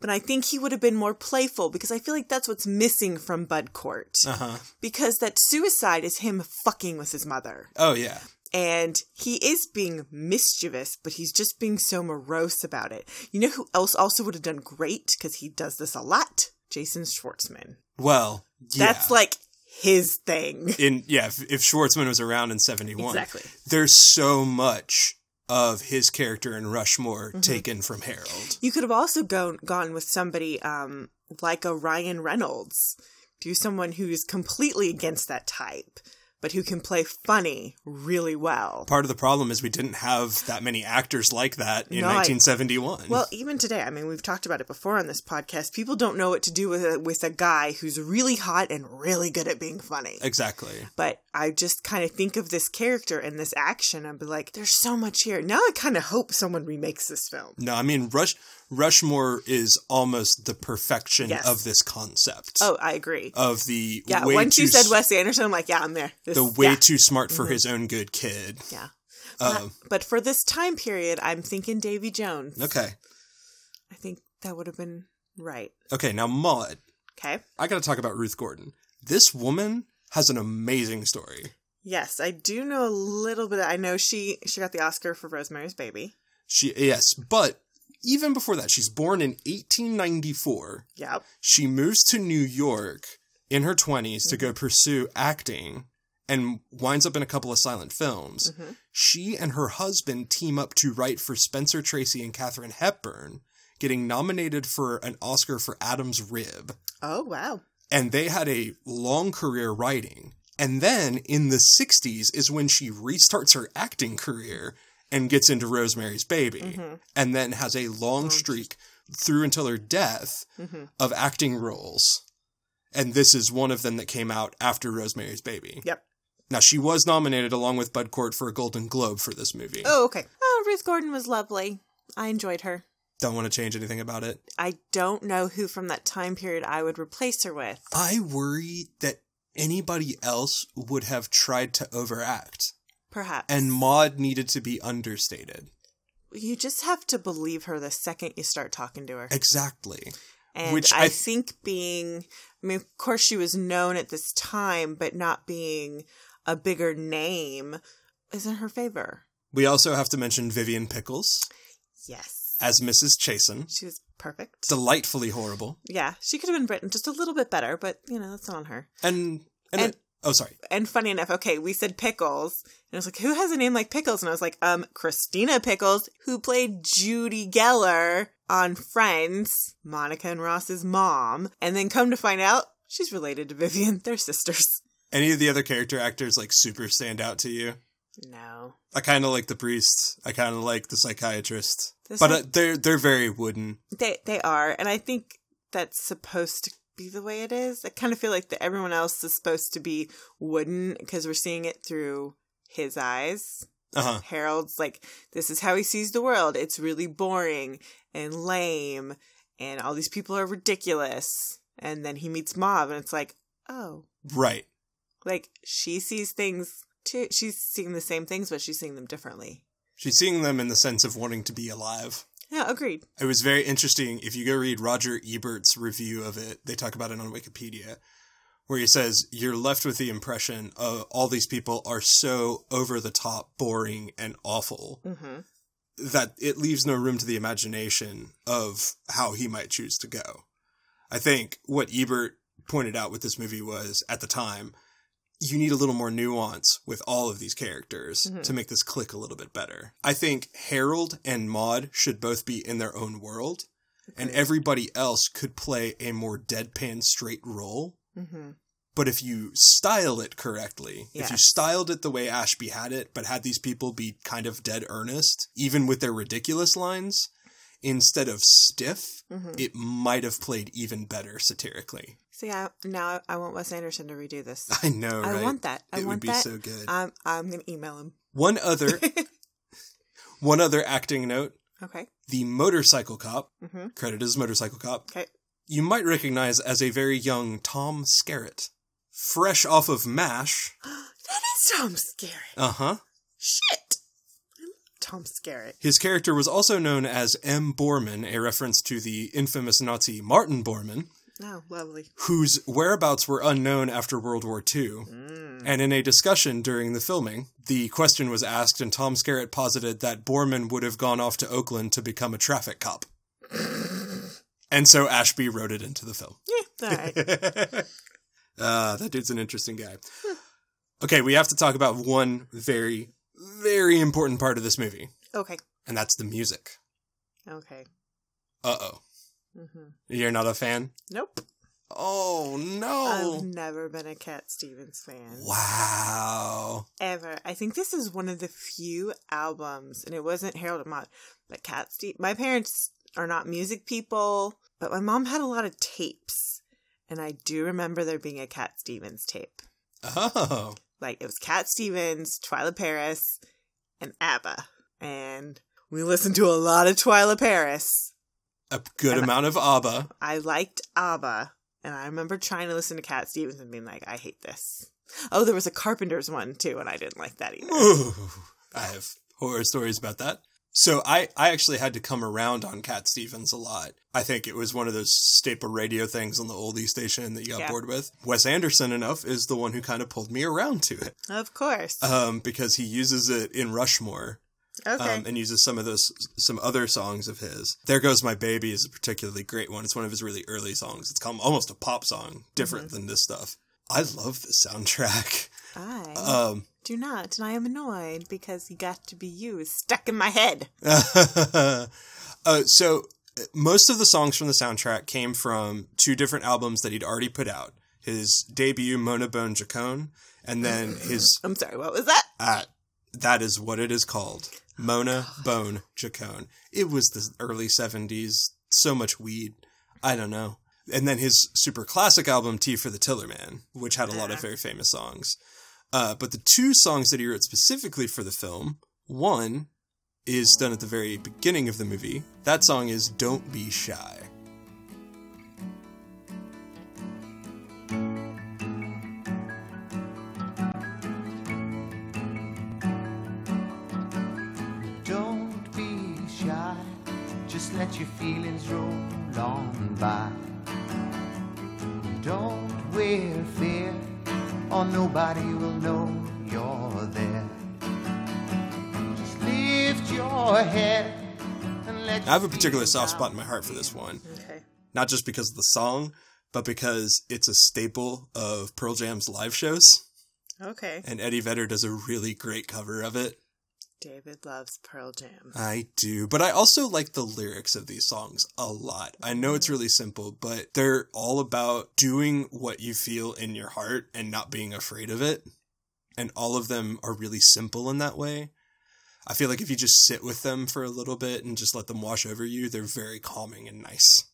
[SPEAKER 3] but I think he would have been more playful because I feel like that's what's missing from Bud Court.
[SPEAKER 2] Uh-huh.
[SPEAKER 3] Because that suicide is him fucking with his mother.
[SPEAKER 2] Oh yeah.
[SPEAKER 3] And he is being mischievous, but he's just being so morose about it. You know who else also would have done great because he does this a lot? Jason Schwartzman.
[SPEAKER 2] Well, yeah.
[SPEAKER 3] That's like his thing.
[SPEAKER 2] in yeah, if, if Schwartzman was around in 71.
[SPEAKER 3] Exactly.
[SPEAKER 2] There's so much of his character in Rushmore
[SPEAKER 3] Mm-hmm.
[SPEAKER 2] taken from Harold.
[SPEAKER 3] You could have also gone gone with somebody um, like a Ryan Reynolds, do someone who's completely against that type, but who can play funny really well.
[SPEAKER 2] Part of the problem is we didn't have that many actors like that in
[SPEAKER 3] No, I-
[SPEAKER 2] 1971.
[SPEAKER 3] Well, even today, I mean, we've talked about it before on this podcast. People don't know what to do with a, with a guy who's really hot and really good at being funny.
[SPEAKER 2] exactly.
[SPEAKER 3] But I just kind of think of this character and this action and be like, there's so much here. Now I kind of hope someone remakes this film.
[SPEAKER 2] No, I mean Rush Rushmore is almost the perfection
[SPEAKER 3] Yes.
[SPEAKER 2] of this concept
[SPEAKER 3] Oh, I agree.
[SPEAKER 2] of the
[SPEAKER 3] yeah,
[SPEAKER 2] way
[SPEAKER 3] once
[SPEAKER 2] too
[SPEAKER 3] you said
[SPEAKER 2] s-
[SPEAKER 3] Wes Anderson, I'm like, yeah, I'm there. This-
[SPEAKER 2] the way
[SPEAKER 3] yeah, Mm-hmm.
[SPEAKER 2] too smart for his own good kid.
[SPEAKER 3] yeah.
[SPEAKER 2] Um,
[SPEAKER 3] But for this time period, I'm thinking Davy Jones.
[SPEAKER 2] okay.
[SPEAKER 3] I think that would have been right.
[SPEAKER 2] Okay, now Maud.
[SPEAKER 3] Okay.
[SPEAKER 2] I got to talk about Ruth Gordon. This woman has an amazing story.
[SPEAKER 3] Yes, I do know a little bit. I know she she got the Oscar for Rosemary's Baby.
[SPEAKER 2] She yes, but even before that, she's born in 1894.
[SPEAKER 3] Yep.
[SPEAKER 2] She moves to New York in her 20s to go pursue acting and winds up in a couple of silent films. She and her husband team up to write for Spencer Tracy and Katharine Hepburn, getting nominated for an Oscar for Adam's Rib.
[SPEAKER 3] Oh wow.
[SPEAKER 2] And they had a long career writing. And then in the 60s is when she restarts her acting career and gets into Rosemary's Baby and then has a long streak through until her death
[SPEAKER 3] Mm-hmm.
[SPEAKER 2] of acting roles. And this is one of them that came out after Rosemary's Baby.
[SPEAKER 3] Yep.
[SPEAKER 2] Now, she was nominated along with Bud Cort for a Golden Globe for this movie.
[SPEAKER 3] Oh okay. Oh, Ruth Gordon was lovely. I enjoyed her.
[SPEAKER 2] Don't want to change anything about it.
[SPEAKER 3] I don't know who from that time period I would replace her with.
[SPEAKER 2] I worry that anybody else would have tried to overact.
[SPEAKER 3] Perhaps.
[SPEAKER 2] and Maud needed to be understated.
[SPEAKER 3] you just have to believe her the second you start talking to her.
[SPEAKER 2] Exactly.
[SPEAKER 3] And
[SPEAKER 2] Which
[SPEAKER 3] I,
[SPEAKER 2] I-
[SPEAKER 3] think being, I mean, of course, she was known at this time, but not being a bigger name is in her favor.
[SPEAKER 2] We also have to mention Vivian Pickles
[SPEAKER 3] Yes.
[SPEAKER 2] as Mrs. Chasen.
[SPEAKER 3] She was perfect.
[SPEAKER 2] Delightfully horrible.
[SPEAKER 3] Yeah, she could have been written just a little bit better, but, you know, that's not on her.
[SPEAKER 2] And and,
[SPEAKER 3] And-
[SPEAKER 2] oh sorry.
[SPEAKER 3] And funny enough, okay, we said Pickles, and I was like, who has a name like Pickles? And I was like, um, Christina Pickles, who played Judy Geller on Friends, Monica and Ross's mom. And then come to find out, she's related to Vivian. They're sisters.
[SPEAKER 2] Any of the other character actors like super stand out to you?
[SPEAKER 3] No.
[SPEAKER 2] I kind of like the priest. I kind of like the psychiatrist.
[SPEAKER 3] This
[SPEAKER 2] but
[SPEAKER 3] one-
[SPEAKER 2] uh, they're they're very wooden.
[SPEAKER 3] They they are, and I think that's supposed to be the way it is. I kind of feel like that everyone else is supposed to be wooden because we're seeing it through his eyes.
[SPEAKER 2] Uh-huh.
[SPEAKER 3] Harold's like, this is how he sees the world. It's really boring and lame, and all these people are ridiculous. And then he meets Mob, and it's like, oh,
[SPEAKER 2] Right.
[SPEAKER 3] like she sees things too. She's seeing the same things, but she's seeing them differently.
[SPEAKER 2] She's seeing them in the sense of wanting to be alive.
[SPEAKER 3] Yeah, agreed.
[SPEAKER 2] It was very interesting. If you go read Roger Ebert's review of it, they talk about it on Wikipedia, where he says, You're left with the impression of all these people are so over the top, boring, and awful
[SPEAKER 3] Mm-hmm.
[SPEAKER 2] that it leaves no room to the imagination of how he might choose to go. I think what Ebert pointed out with this movie was at the time, you need a little more nuance with all of these characters
[SPEAKER 3] Mhm.
[SPEAKER 2] to make this click a little bit better. I think Harold and Maude should both be in their own world, and everybody else could play a more deadpan straight role.
[SPEAKER 3] Mm-hmm.
[SPEAKER 2] But if you style it correctly, if you
[SPEAKER 3] Yes.
[SPEAKER 2] styled it the way Ashby had it, but had these people be kind of dead earnest, even with their ridiculous lines, instead of stiff,
[SPEAKER 3] Mm-hmm.
[SPEAKER 2] it might have played even better satirically.
[SPEAKER 3] So yeah, now I want Wes Anderson to redo this.
[SPEAKER 2] I know, Oh, right?
[SPEAKER 3] I want that. I
[SPEAKER 2] it
[SPEAKER 3] want
[SPEAKER 2] would be
[SPEAKER 3] that.
[SPEAKER 2] so good.
[SPEAKER 3] I'm I'm gonna email him.
[SPEAKER 2] one other, one other acting note:
[SPEAKER 3] Okay.
[SPEAKER 2] the motorcycle cop,
[SPEAKER 3] Mm-hmm.
[SPEAKER 2] credited as motorcycle cop,
[SPEAKER 3] Okay.
[SPEAKER 2] you might recognize as a very young Tom Skerritt, fresh off of Mash.
[SPEAKER 3] That is Tom Scary.
[SPEAKER 2] Uh huh.
[SPEAKER 3] Shit. I love Tom Skerritt.
[SPEAKER 2] His character was also known as M. Bormann, a reference to the infamous Nazi Martin Bormann,
[SPEAKER 3] Oh, lovely.
[SPEAKER 2] whose whereabouts were unknown after World War II.
[SPEAKER 3] Mm.
[SPEAKER 2] And in a discussion during the filming, the question was asked, and Tom Skerritt posited that Borman would have gone off to Oakland to become a traffic cop. and so Ashby wrote it into the film.
[SPEAKER 3] All right.
[SPEAKER 2] Uh, that dude's an interesting guy. Okay, we have to talk about one very, very important part of this movie,
[SPEAKER 3] Okay.
[SPEAKER 2] and that's the music.
[SPEAKER 3] Okay.
[SPEAKER 2] Uh oh.
[SPEAKER 3] Mhm.
[SPEAKER 2] You're not a fan?
[SPEAKER 3] Nope.
[SPEAKER 2] Oh,
[SPEAKER 3] I've
[SPEAKER 2] no.
[SPEAKER 3] never been a Cat Stevens fan.
[SPEAKER 2] Wow.
[SPEAKER 3] Ever. I think this is one of the few albums, and it wasn't Harold and Maude, but Cat Stevens. My parents are not music people, but my mom had a lot of tapes. And I do remember there being a Cat Stevens tape.
[SPEAKER 2] Oh.
[SPEAKER 3] Like, it was Cat Stevens, Twyla Paris, and ABBA. And we listened to a lot of Twyla Paris.
[SPEAKER 2] A good
[SPEAKER 3] And-
[SPEAKER 2] amount of ABBA.
[SPEAKER 3] I liked ABBA, and I remember trying to listen to Cat Stevens and being like, I hate this. Oh, there was a Carpenter's one too, and I didn't like that either.
[SPEAKER 2] Ooh, I have horror stories about that. So I, I actually had to come around on Cat Stevens a lot. I think it was one of those staple radio things on the oldie station that you got
[SPEAKER 3] Yeah.
[SPEAKER 2] bored with. Wes Anderson enough is the one who kind of pulled me around to it
[SPEAKER 3] Of course.
[SPEAKER 2] um, because he uses it in Rushmore
[SPEAKER 3] okay.
[SPEAKER 2] um, and uses some of those some other songs of his. There goes my baby is a particularly great one. It's one of his really early songs. It's come, almost a pop song, different than this stuff. I love the soundtrack.
[SPEAKER 3] I
[SPEAKER 2] Um,
[SPEAKER 3] do not, and I am annoyed because "You Got to Be You" is stuck in my head.
[SPEAKER 2] uh, so uh, most of the songs from the soundtrack came from two different albums that he'd already put out. His debut, Mona Bone Jacone, and then his
[SPEAKER 3] I'm sorry. What was that?
[SPEAKER 2] uh, that is what it is called, Mona Bone Jacone. It was the early seventies. So much weed. I don't know. And then his super classic album, Tea for the Tillerman, which had a lot of very famous songs. Uh, but the two songs that he wrote specifically for the film, one is done at the very beginning of the movie. That song is Don't Be Shy.
[SPEAKER 4] Don't be shy, just let your feelings roll on by. Don't wear fear, or nobody will know you're there. Just lift your head and let
[SPEAKER 2] I have a particular soft spot in my heart for this one,
[SPEAKER 3] Okay.
[SPEAKER 2] not just because of the song, but because it's a staple of Pearl Jam's live shows.
[SPEAKER 3] Okay.
[SPEAKER 2] and Eddie Vedder does a really great cover of it.
[SPEAKER 3] David loves Pearl Jam.
[SPEAKER 2] I do, but I also like the lyrics of these songs a lot. I know it's really simple, but they're all about doing what you feel in your heart and not being afraid of it. And all of them are really simple in that way. I feel like if you just sit with them for a little bit and just let them wash over you, they're very calming and nice.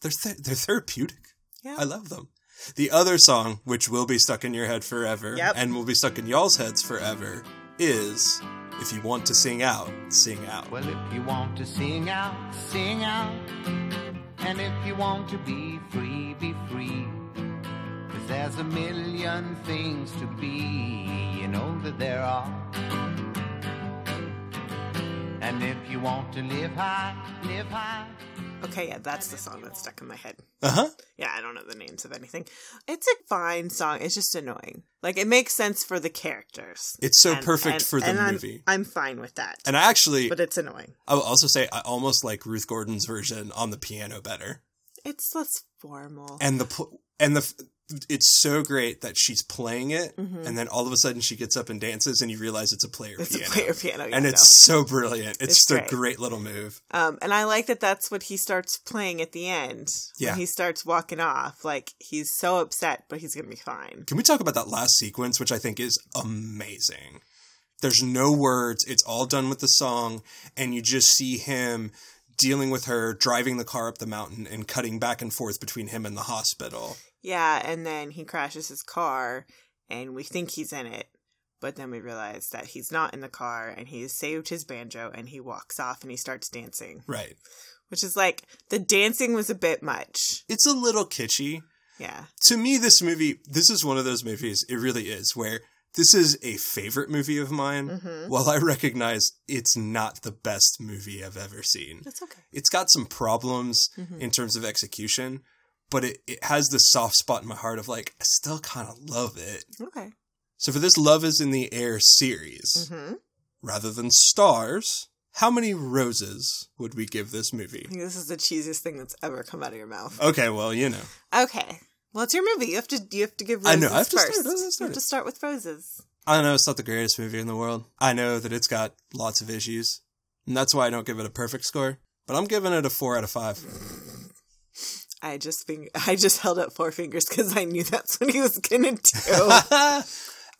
[SPEAKER 2] They're th- they're therapeutic.
[SPEAKER 3] Yeah.
[SPEAKER 2] I love them. The other song, which will be stuck in your head forever
[SPEAKER 3] Yep.
[SPEAKER 2] and will be stuck in y'all's heads forever, is If You Want to Sing Out, Sing Out.
[SPEAKER 4] Well, if you want to sing out, sing out. And if you want to be free, be free. 'Cause there's a million things to be, you know that there are. And if you want to live high, live high.
[SPEAKER 3] Okay. Yeah, that's the song that's stuck in my head.
[SPEAKER 2] Uh huh.
[SPEAKER 3] Yeah, I don't know the names of anything. It's a fine song. It's just annoying. Like it makes sense for the characters.
[SPEAKER 2] It's so perfect for the
[SPEAKER 3] and I'm-
[SPEAKER 2] movie.
[SPEAKER 3] I'm fine with that,
[SPEAKER 2] And I actually,
[SPEAKER 3] but it's annoying.
[SPEAKER 2] I will also say, I almost like Ruth Gordon's version on the piano better.
[SPEAKER 3] It's less formal.
[SPEAKER 2] And the, pl- and the, f- it's so great that she's playing it, and then all of a sudden she gets up and dances, and you realize it's a player
[SPEAKER 3] Mm-hmm. it's
[SPEAKER 2] piano.
[SPEAKER 3] a player piano,
[SPEAKER 2] and
[SPEAKER 3] yeah, I know.
[SPEAKER 2] it's so brilliant. It's,
[SPEAKER 3] It's
[SPEAKER 2] just
[SPEAKER 3] great.
[SPEAKER 2] a great little move.
[SPEAKER 3] um, and I like that. That's what he starts playing at the end.
[SPEAKER 2] Yeah.
[SPEAKER 3] when he starts walking off, like he's so upset, but he's gonna be fine.
[SPEAKER 2] Can we talk about that last sequence, which I think is amazing? There's no words, it's all done with the song, and you just see him dealing with her, driving the car up the mountain, and cutting back and forth between him and the hospital.
[SPEAKER 3] Yeah, and then he crashes his car, and we think he's in it, but then we realize that he's not in the car, and he has saved his banjo, and he walks off and he starts dancing,
[SPEAKER 2] Right.
[SPEAKER 3] which is like the dancing was a bit much.
[SPEAKER 2] It's a little kitschy.
[SPEAKER 3] Yeah,
[SPEAKER 2] To me, this movie, this is one of those movies, it really is, where This is a favorite movie of mine.
[SPEAKER 3] Mhm.
[SPEAKER 2] While I recognize it's not the best movie I've ever seen,
[SPEAKER 3] That's okay.
[SPEAKER 2] it's got some problems
[SPEAKER 3] Mhm.
[SPEAKER 2] in terms of execution, but it, it has this soft spot in my heart of like, I still kind of love it.
[SPEAKER 3] Okay.
[SPEAKER 2] So for this Love is in the Air series,
[SPEAKER 3] Mm-hmm.
[SPEAKER 2] rather than stars, how many roses would we give this movie?
[SPEAKER 3] This is the cheesiest thing that's ever come out of your mouth.
[SPEAKER 2] Okay, well, you know.
[SPEAKER 3] Okay. Well, it's your movie. You have to. You have to give.
[SPEAKER 2] I
[SPEAKER 3] Roses
[SPEAKER 2] know. I have to
[SPEAKER 3] first.
[SPEAKER 2] start- let's start
[SPEAKER 3] You have
[SPEAKER 2] it.
[SPEAKER 3] to start with roses.
[SPEAKER 2] I know it's not the greatest movie in the world. I know that it's got lots of issues, and that's why I don't give it a perfect score. But I'm giving it a four out of five.
[SPEAKER 3] I just think I just held up four fingers because I knew that's what he was gonna do.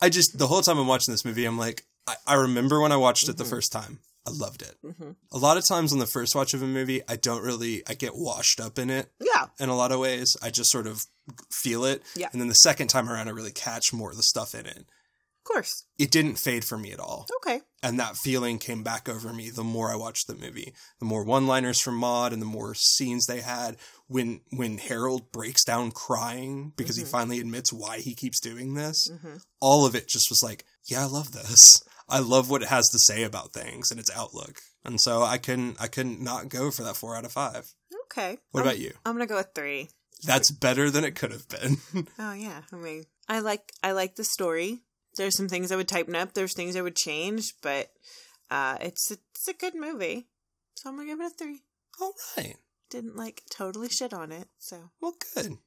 [SPEAKER 2] I just the whole time I'm watching this movie, I'm like, I, I remember when I watched it the first time. I loved it.
[SPEAKER 3] Mhm.
[SPEAKER 2] A lot of times on the first watch of a movie, I don't really I get washed up in it
[SPEAKER 3] yeah.
[SPEAKER 2] in a lot of ways. I just sort of feel it.
[SPEAKER 3] Yeah.
[SPEAKER 2] And then the second time around I really catch more of the stuff in it.
[SPEAKER 3] Of course.
[SPEAKER 2] It didn't fade for me at all.
[SPEAKER 3] Okay.
[SPEAKER 2] and that feeling came back over me the more I watched the movie. The more one-liners from Maud and the more scenes they had when when Harold breaks down crying because he finally admits why he keeps doing this.
[SPEAKER 3] Mm-hmm.
[SPEAKER 2] All of it just was like, yeah, I love this. I love what it has to say about things and its outlook. And so I couldn't I couldn't not go for that 4 out of 5.
[SPEAKER 3] Okay.
[SPEAKER 2] What
[SPEAKER 3] I'm-
[SPEAKER 2] about you?
[SPEAKER 3] I'm gonna go with three.
[SPEAKER 2] That's better than it could have been.
[SPEAKER 3] Oh yeah. I mean, I like I like the story. There's some things I would tighten up. There's things I would change, but uh, it's it's a good movie, so I'm gonna give it a three.
[SPEAKER 2] all right.
[SPEAKER 3] Didn't like totally shit on it, so
[SPEAKER 2] Well, good.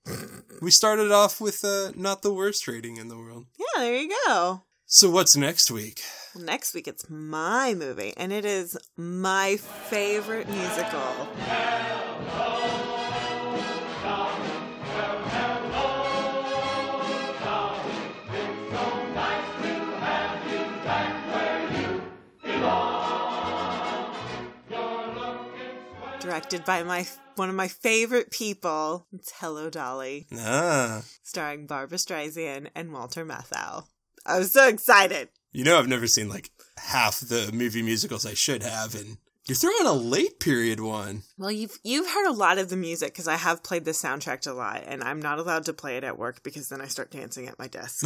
[SPEAKER 2] We started off with uh, not the worst rating in the world.
[SPEAKER 3] yeah. There you go.
[SPEAKER 2] So what's next week?
[SPEAKER 3] Well, next week it's my movie, and it is my favorite musical. Directed by my one of my favorite people, it's Hello Dolly
[SPEAKER 2] Ah.
[SPEAKER 3] starring Barbara Streisand and Walter Matthau. I'm so excited.
[SPEAKER 2] You know, I've never seen like half the movie musicals I should have, and you're throwing a late period one.
[SPEAKER 3] Well, you've you've heard a lot of the music because I have played the soundtrack a lot, and I'm not allowed to play it at work because then I start dancing at my desk.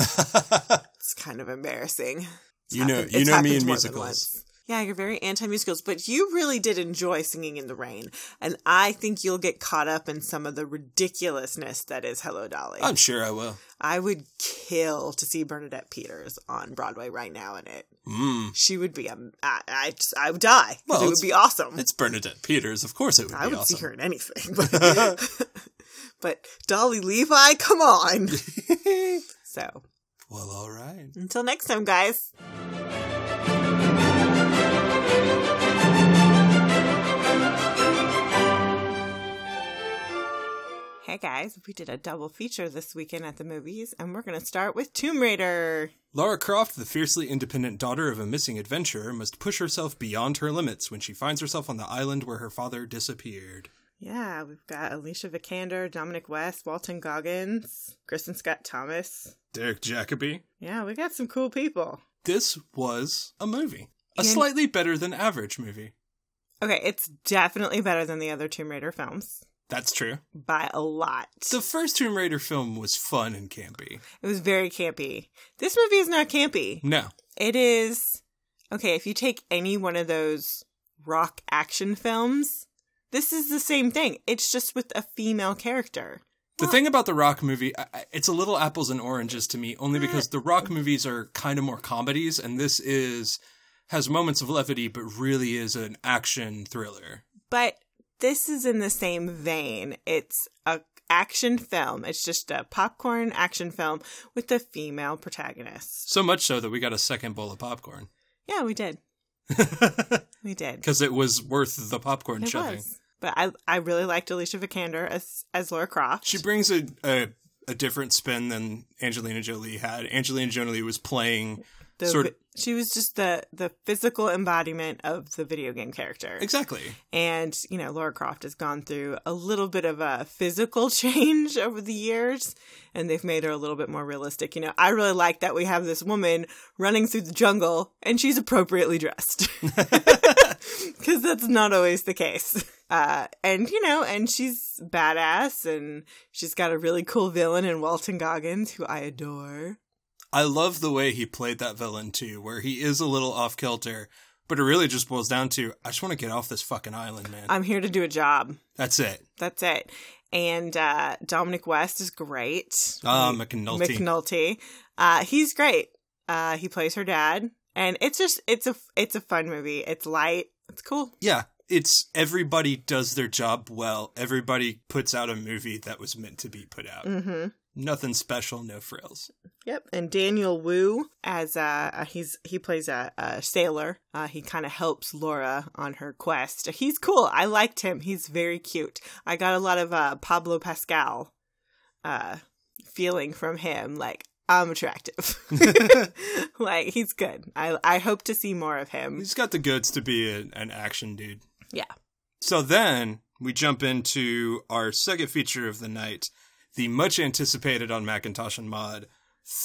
[SPEAKER 3] it's kind of embarrassing. It's
[SPEAKER 2] You know-
[SPEAKER 3] happened-
[SPEAKER 2] you
[SPEAKER 3] it's
[SPEAKER 2] know me
[SPEAKER 3] happened
[SPEAKER 2] and
[SPEAKER 3] more than
[SPEAKER 2] musicals.
[SPEAKER 3] once. Yeah, you're very anti musicals, but you really did enjoy singing in the rain, and I think you'll get caught up in some of the ridiculousness that is Hello Dolly.
[SPEAKER 2] I'm sure I will.
[SPEAKER 3] I would kill to see Bernadette Peters on Broadway right now in it.
[SPEAKER 2] Mm.
[SPEAKER 3] she would be um, I, I, I would die. 'cause
[SPEAKER 2] Well,
[SPEAKER 3] it
[SPEAKER 2] it's-
[SPEAKER 3] would be awesome.
[SPEAKER 2] It's Bernadette Peters, of course it would
[SPEAKER 3] I
[SPEAKER 2] be
[SPEAKER 3] would
[SPEAKER 2] awesome.
[SPEAKER 3] see her in anything. But, but Dolly Levi, come on. so
[SPEAKER 2] Well, all right.
[SPEAKER 3] until next time, guys. Hey guys, we did a double feature this weekend at the movies, and we're going to start with Tomb Raider.
[SPEAKER 2] Laura Croft, the fiercely independent daughter of a missing adventurer, must push herself beyond her limits when she finds herself on the island where her father disappeared.
[SPEAKER 3] Yeah, we've got Alicia Vikander, Dominic West, Walton Goggins, Kristen Scott Thomas.
[SPEAKER 2] Derek Jacobi.
[SPEAKER 3] Yeah, we got some cool people.
[SPEAKER 2] This was a movie. A
[SPEAKER 3] Yeah.
[SPEAKER 2] slightly better than average movie.
[SPEAKER 3] Okay, it's definitely better than the other Tomb Raider films
[SPEAKER 2] That's true.
[SPEAKER 3] by a lot.
[SPEAKER 2] The first Tomb Raider film was fun and campy.
[SPEAKER 3] It was very campy. This movie is not campy.
[SPEAKER 2] No.
[SPEAKER 3] It is okay, if you take any one of those rock action films, this is the same thing. It's just with a female character.
[SPEAKER 2] The thing about the Rock movie, I- I- it's a little apples and oranges to me, only because the Rock movies are kind of more comedies, and this is has moments of levity, but really is an action thriller.
[SPEAKER 3] But this is in the same vein. It's a action film. It's just a popcorn action film with a female protagonist.
[SPEAKER 2] So much so that we got a second bowl of popcorn
[SPEAKER 3] Yeah, we did. we did.
[SPEAKER 2] because it was worth the popcorn
[SPEAKER 3] It
[SPEAKER 2] shoving.
[SPEAKER 3] was. But I I really liked Alicia Vikander as as Laura Croft.
[SPEAKER 2] She brings a, a a different spin than Angelina Jolie had. Angelina Jolie was playing
[SPEAKER 3] the,
[SPEAKER 2] sort of-
[SPEAKER 3] vi- she was just the the physical embodiment of the video game character.
[SPEAKER 2] exactly.
[SPEAKER 3] And, you know, Laura Croft has gone through a little bit of a physical change over the years, and they've made her a little bit more realistic. You know, I really like that we have this woman running through the jungle, and she's appropriately dressed. Because that's not always the case. Uh, and, you know, and she's badass, and she's got a really cool villain in Walton Goggins, who I adore.
[SPEAKER 2] I love the way he played that villain too, where he is a little off kilter, but it really just boils down to I just want to get off this fucking island, man.
[SPEAKER 3] I'm here to do a job.
[SPEAKER 2] That's it.
[SPEAKER 3] That's it. And uh, Dominic West is great.
[SPEAKER 2] Ah,
[SPEAKER 3] Like,
[SPEAKER 2] McNulty.
[SPEAKER 3] McNulty. Uh, he's great. Uh, he plays her dad, and it's just it's a it's a fun movie. It's light. It's cool.
[SPEAKER 2] yeah, it's everybody does their job well. Everybody puts out a movie that was meant to be put out.
[SPEAKER 3] Mm-hmm.
[SPEAKER 2] Nothing special, no frills.
[SPEAKER 3] Yep. And Daniel Wu as uh, uh, he's he plays a, a sailor. Uh, he kind of helps Laura on her quest. He's cool. I liked him. He's very cute. I got a lot of uh, Pablo Pascal uh, feeling from him. Like I'm attractive. like he's good. I I hope to see more of him.
[SPEAKER 2] He's got the goods to be a, an action dude.
[SPEAKER 3] Um, Yeah.
[SPEAKER 2] So then we jump into our second feature of the night, the much anticipated on Macintosh and Mod,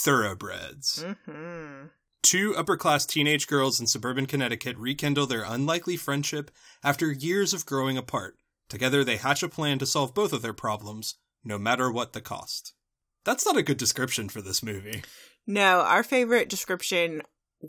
[SPEAKER 2] Thoroughbreds.
[SPEAKER 3] Mm-hmm.
[SPEAKER 2] Two upper class teenage girls in suburban Connecticut rekindle their unlikely friendship after years of growing apart. Together, they hatch a plan to solve both of their problems, no matter what the cost. That's not a good description for this movie.
[SPEAKER 3] No, our favorite description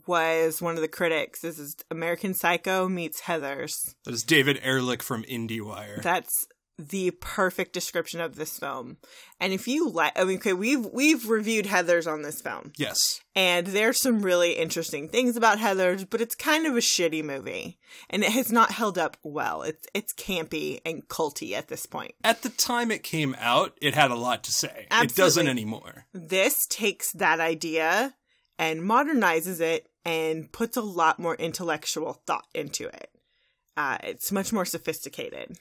[SPEAKER 3] was one of the critics. This is American Psycho meets Heather's.
[SPEAKER 2] That is David Ehrlich from IndieWire.
[SPEAKER 3] That's the perfect description of this film. And if you like, I mean, okay, we've we've reviewed Heather's on this film,
[SPEAKER 2] yes.
[SPEAKER 3] and there's some really interesting things about Heather's, but it's kind of a shitty movie, and it has not held up well. It's it's campy and culty at this point.
[SPEAKER 2] At the time it came out, it had a lot to say. It
[SPEAKER 3] Absolutely.
[SPEAKER 2] doesn't anymore.
[SPEAKER 3] This takes that idea and modernizes it and puts a lot more intellectual thought into it. Uh, it's much more sophisticated.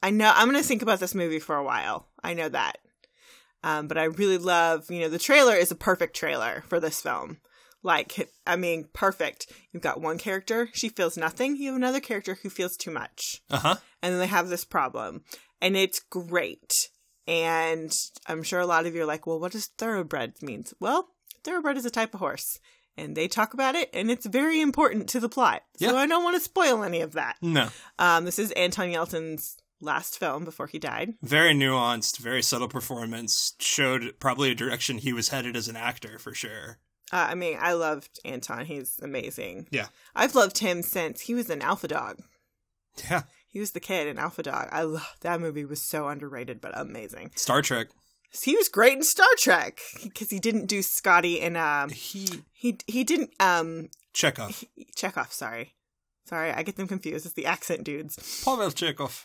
[SPEAKER 3] I know I'm going to think about this movie for a while. I know that. Um, but I really love, you know, the trailer is a perfect trailer for this film. Like, I mean, perfect. You've got one character, she feels nothing. You have another character who feels too much
[SPEAKER 2] Uh huh.
[SPEAKER 3] and then they have this problem and it's great and i'm sure a lot of you are like well what does thoroughbred means well thoroughbred is a type of horse and they talk about it and it's very important to the plot
[SPEAKER 2] Yeah.
[SPEAKER 3] so i don't want to spoil any of that
[SPEAKER 2] No.
[SPEAKER 3] um, this is anton yelton's last film before he died
[SPEAKER 2] Very nuanced, very subtle performance. Showed probably a direction he was headed as an actor for sure.
[SPEAKER 3] uh, i mean i loved anton he's amazing
[SPEAKER 2] Yeah.
[SPEAKER 3] i've loved him since he was an alpha dog
[SPEAKER 2] Yeah.
[SPEAKER 3] he was the kid in alpha dog i love that movie was so underrated but amazing
[SPEAKER 2] Star Trek.
[SPEAKER 3] he was great in star trek because he didn't do scotty in um,
[SPEAKER 2] He.
[SPEAKER 3] He he didn't um
[SPEAKER 2] Chekhov.
[SPEAKER 3] Chekhov, sorry. Sorry, I get them confused. It's the accent dudes.
[SPEAKER 2] Pavel Chekhov.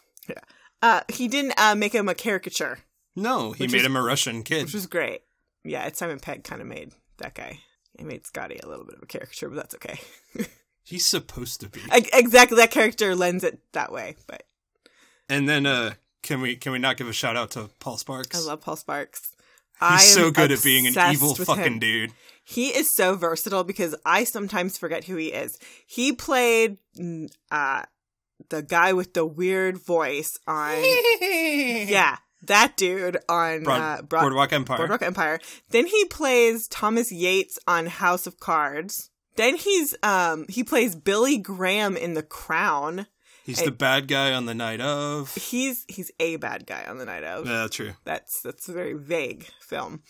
[SPEAKER 3] Uh he didn't uh make him a caricature,
[SPEAKER 2] No, he
[SPEAKER 3] Which
[SPEAKER 2] made
[SPEAKER 3] is-
[SPEAKER 2] him a Russian kid.
[SPEAKER 3] which was great. Yeah, it's Simon Pegg kind of made that guy. He made Scotty a little bit of a caricature, but that's okay.
[SPEAKER 2] He's supposed to be.
[SPEAKER 3] Ex- exactly that character lends it that way, but
[SPEAKER 2] And then, uh, can we can we not give a shout out to Paul Sparks?
[SPEAKER 3] I love Paul Sparks.
[SPEAKER 2] He's so good at being an evil fucking
[SPEAKER 3] dude.
[SPEAKER 2] dude.
[SPEAKER 3] He is so versatile because I sometimes forget who he is. He played mm, uh, the guy with the weird voice on. yeah, that dude on
[SPEAKER 2] Broad-
[SPEAKER 3] uh, Broad-
[SPEAKER 2] Boardwalk Empire.
[SPEAKER 3] Boardwalk Empire. Then he plays Thomas Yates on House of Cards. Then he's um he plays Billy Graham in The Crown.
[SPEAKER 2] He's the bad guy on the night of.
[SPEAKER 3] He's he's a bad guy on the night of.
[SPEAKER 2] Yeah, true.
[SPEAKER 3] That's that's a very vague film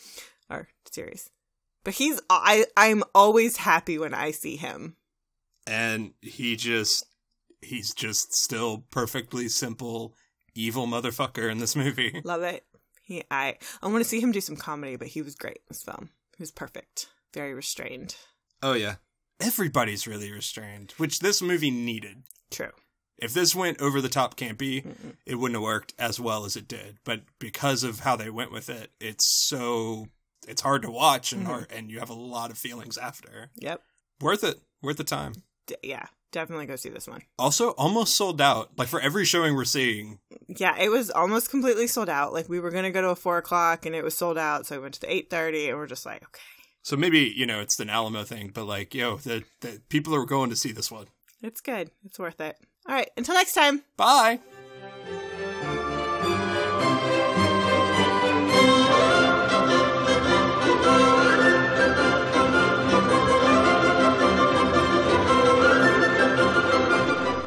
[SPEAKER 3] or series. But he's I I'm always happy when I see him.
[SPEAKER 2] and he just he's just still perfectly simple evil motherfucker in this movie.
[SPEAKER 3] Love it. He I I want to see him do some comedy, but he was great in this film. He was perfect. Very restrained.
[SPEAKER 2] Oh yeah. Everybody's really restrained, which this movie needed.
[SPEAKER 3] True.
[SPEAKER 2] If this went over the top campy, it wouldn't have worked as well as it did. But because of how they went with it, it's so it's hard to watch and hard, and you have a lot of feelings after.
[SPEAKER 3] Yep.
[SPEAKER 2] Worth it. Worth the time.
[SPEAKER 3] D- yeah. Definitely go see this one.
[SPEAKER 2] Also, almost sold out. Like for every showing we're seeing,
[SPEAKER 3] Yeah, it was almost completely sold out. Like we were gonna go to a four o'clock and it was sold out, so we went to the eight thirty and we're just like, okay.
[SPEAKER 2] So maybe you know it's an Alamo thing, but like yo, the, the people are going to see this one.
[SPEAKER 3] It's good. It's worth it. All right, until next time.
[SPEAKER 2] Bye.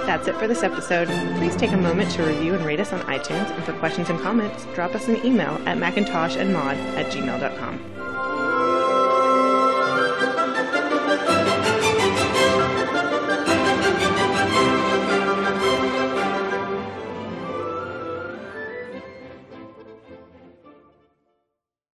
[SPEAKER 3] That's it for this episode. Please take a moment to review and rate us on iTunes, and for questions and comments, drop us an email at macintoshandmod at gmail.com.